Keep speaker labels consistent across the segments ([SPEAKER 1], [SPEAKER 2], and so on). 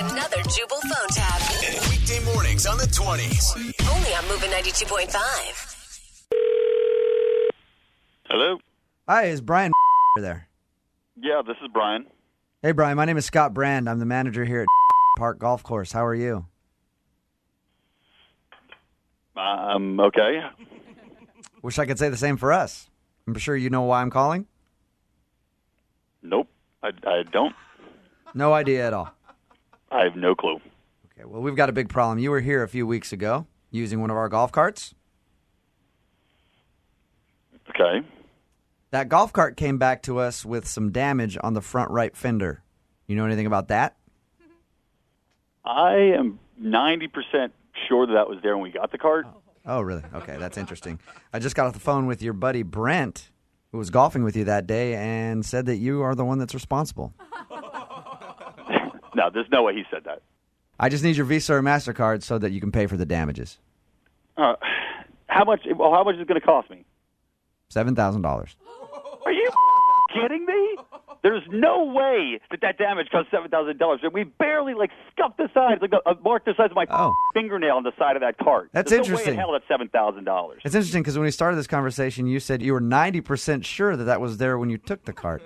[SPEAKER 1] another Jubal phone tab.
[SPEAKER 2] Weekday mornings on the 20s.
[SPEAKER 1] Only on Moving 92.5.
[SPEAKER 3] Hello.
[SPEAKER 4] Hi, is Brian there?
[SPEAKER 3] Yeah, this is Brian.
[SPEAKER 4] Hey, Brian. My name is Scott Brand. I'm the manager here at Park Golf Course. How are you?
[SPEAKER 3] Um, okay.
[SPEAKER 4] Wish I could say the same for us. I'm sure you know why I'm calling.
[SPEAKER 3] Nope. I, I don't.
[SPEAKER 4] No idea at all.
[SPEAKER 3] I have no clue.
[SPEAKER 4] Okay. Well, we've got a big problem. You were here a few weeks ago using one of our golf carts.
[SPEAKER 3] Okay.
[SPEAKER 4] That golf cart came back to us with some damage on the front right fender. You know anything about that?
[SPEAKER 3] I am 90% sure that that was there when we got the card.
[SPEAKER 4] Oh, really? Okay, that's interesting. I just got off the phone with your buddy Brent, who was golfing with you that day, and said that you are the one that's responsible.
[SPEAKER 3] No, there's no way he said that.
[SPEAKER 4] I just need your Visa or MasterCard so that you can pay for the damages.
[SPEAKER 3] Uh, how much? Well, how much is it going to cost me?
[SPEAKER 4] $7,000.
[SPEAKER 3] Are you kidding me? There's no way that that damage costs seven thousand dollars, and we barely like scuffed the size, like a, a mark the size of my
[SPEAKER 4] Oh.
[SPEAKER 3] fingernail on the side of that cart.
[SPEAKER 4] That's
[SPEAKER 3] There's
[SPEAKER 4] interesting.
[SPEAKER 3] No way in hell that's seven thousand dollars.
[SPEAKER 4] It's interesting because when we started this conversation, you said you were 90% sure that that was there when you took the cart.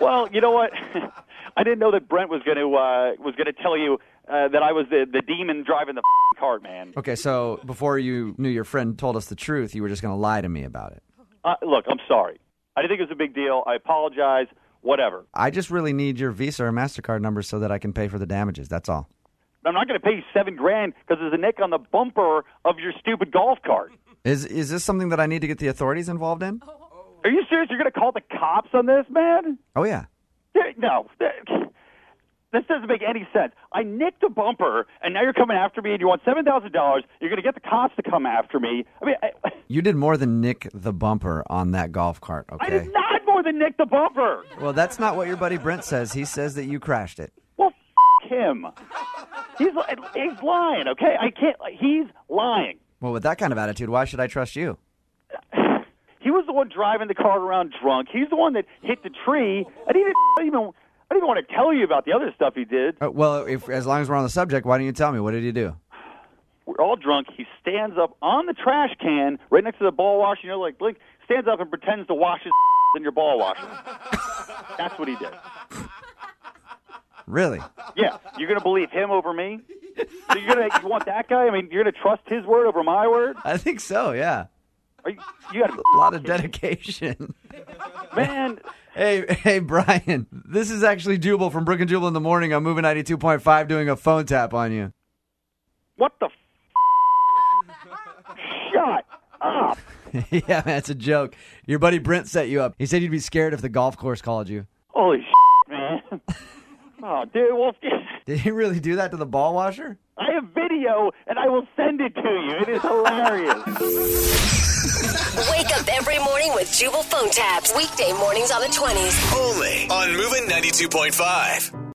[SPEAKER 3] Well, you know what? I didn't know that Brent was going to uh, was going to tell you uh, that I was the the demon driving the cart, man.
[SPEAKER 4] Okay, so before you knew your friend told us the truth, you were just going to lie to me about it.
[SPEAKER 3] Uh, look, I'm sorry. I didn't think it was a big deal. I apologize. Whatever.
[SPEAKER 4] I just really need your Visa or MasterCard number so that I can pay for the damages. That's all.
[SPEAKER 3] I'm not going to pay you seven grand because there's a nick on the bumper of your stupid golf cart.
[SPEAKER 4] Is, is this something that I need to get the authorities involved in?
[SPEAKER 3] Are you serious? You're going to call the cops on this, man?
[SPEAKER 4] Oh, yeah.
[SPEAKER 3] There- No. There- This doesn't make any sense. I nicked a bumper, and now you're coming after me, and you want seven thousand dollars. You're going to get the cops to come after me. I mean, I,
[SPEAKER 4] You did more than nick the bumper on that golf cart,
[SPEAKER 3] I
[SPEAKER 4] okay?
[SPEAKER 3] did not more than nick the bumper.
[SPEAKER 4] Well, that's not what your buddy Brent says. He says that you crashed it.
[SPEAKER 3] Well, f- him. He's li- he's lying. Okay, I can't. He's lying.
[SPEAKER 4] Well, with that kind of attitude, why should I trust you?
[SPEAKER 3] He was the one driving the car around drunk. He's the one that hit the tree. I didn't I didn't even. I didn't even want to tell you about the other stuff he did.
[SPEAKER 4] Uh, well, if, as long as we're on the subject, why don't you tell me? What did you do?
[SPEAKER 3] We're all drunk. He stands up on the trash can right next to the ball washer. You know, like blink. Stands up and pretends to wash his in your ball washer. That's what he did.
[SPEAKER 4] Really?
[SPEAKER 3] Yeah, you're gonna believe him over me. So you're gonna you want that guy? I mean, you're gonna trust his word over my word?
[SPEAKER 4] I think so, yeah.
[SPEAKER 3] Are you, you gotta,
[SPEAKER 4] A lot of dedication.
[SPEAKER 3] man.
[SPEAKER 4] hey, hey, Brian. This is actually Jubal from Brook and Jubal in the morning. I'm moving 92.5 doing a phone tap on you.
[SPEAKER 3] What the? F- Shut up!
[SPEAKER 4] yeah, man, that's a joke. Your buddy Brent set you up. He said you'd be scared if the golf course called you.
[SPEAKER 3] Holy s***, man! Oh, dude, well,
[SPEAKER 4] Did he really do that to the ball washer?
[SPEAKER 3] I have video, and I will send it to you. It is hilarious.
[SPEAKER 1] Wake up every morning with Jubal phone tabs. Weekday mornings on the 20s.
[SPEAKER 2] Only on Moving 92.5.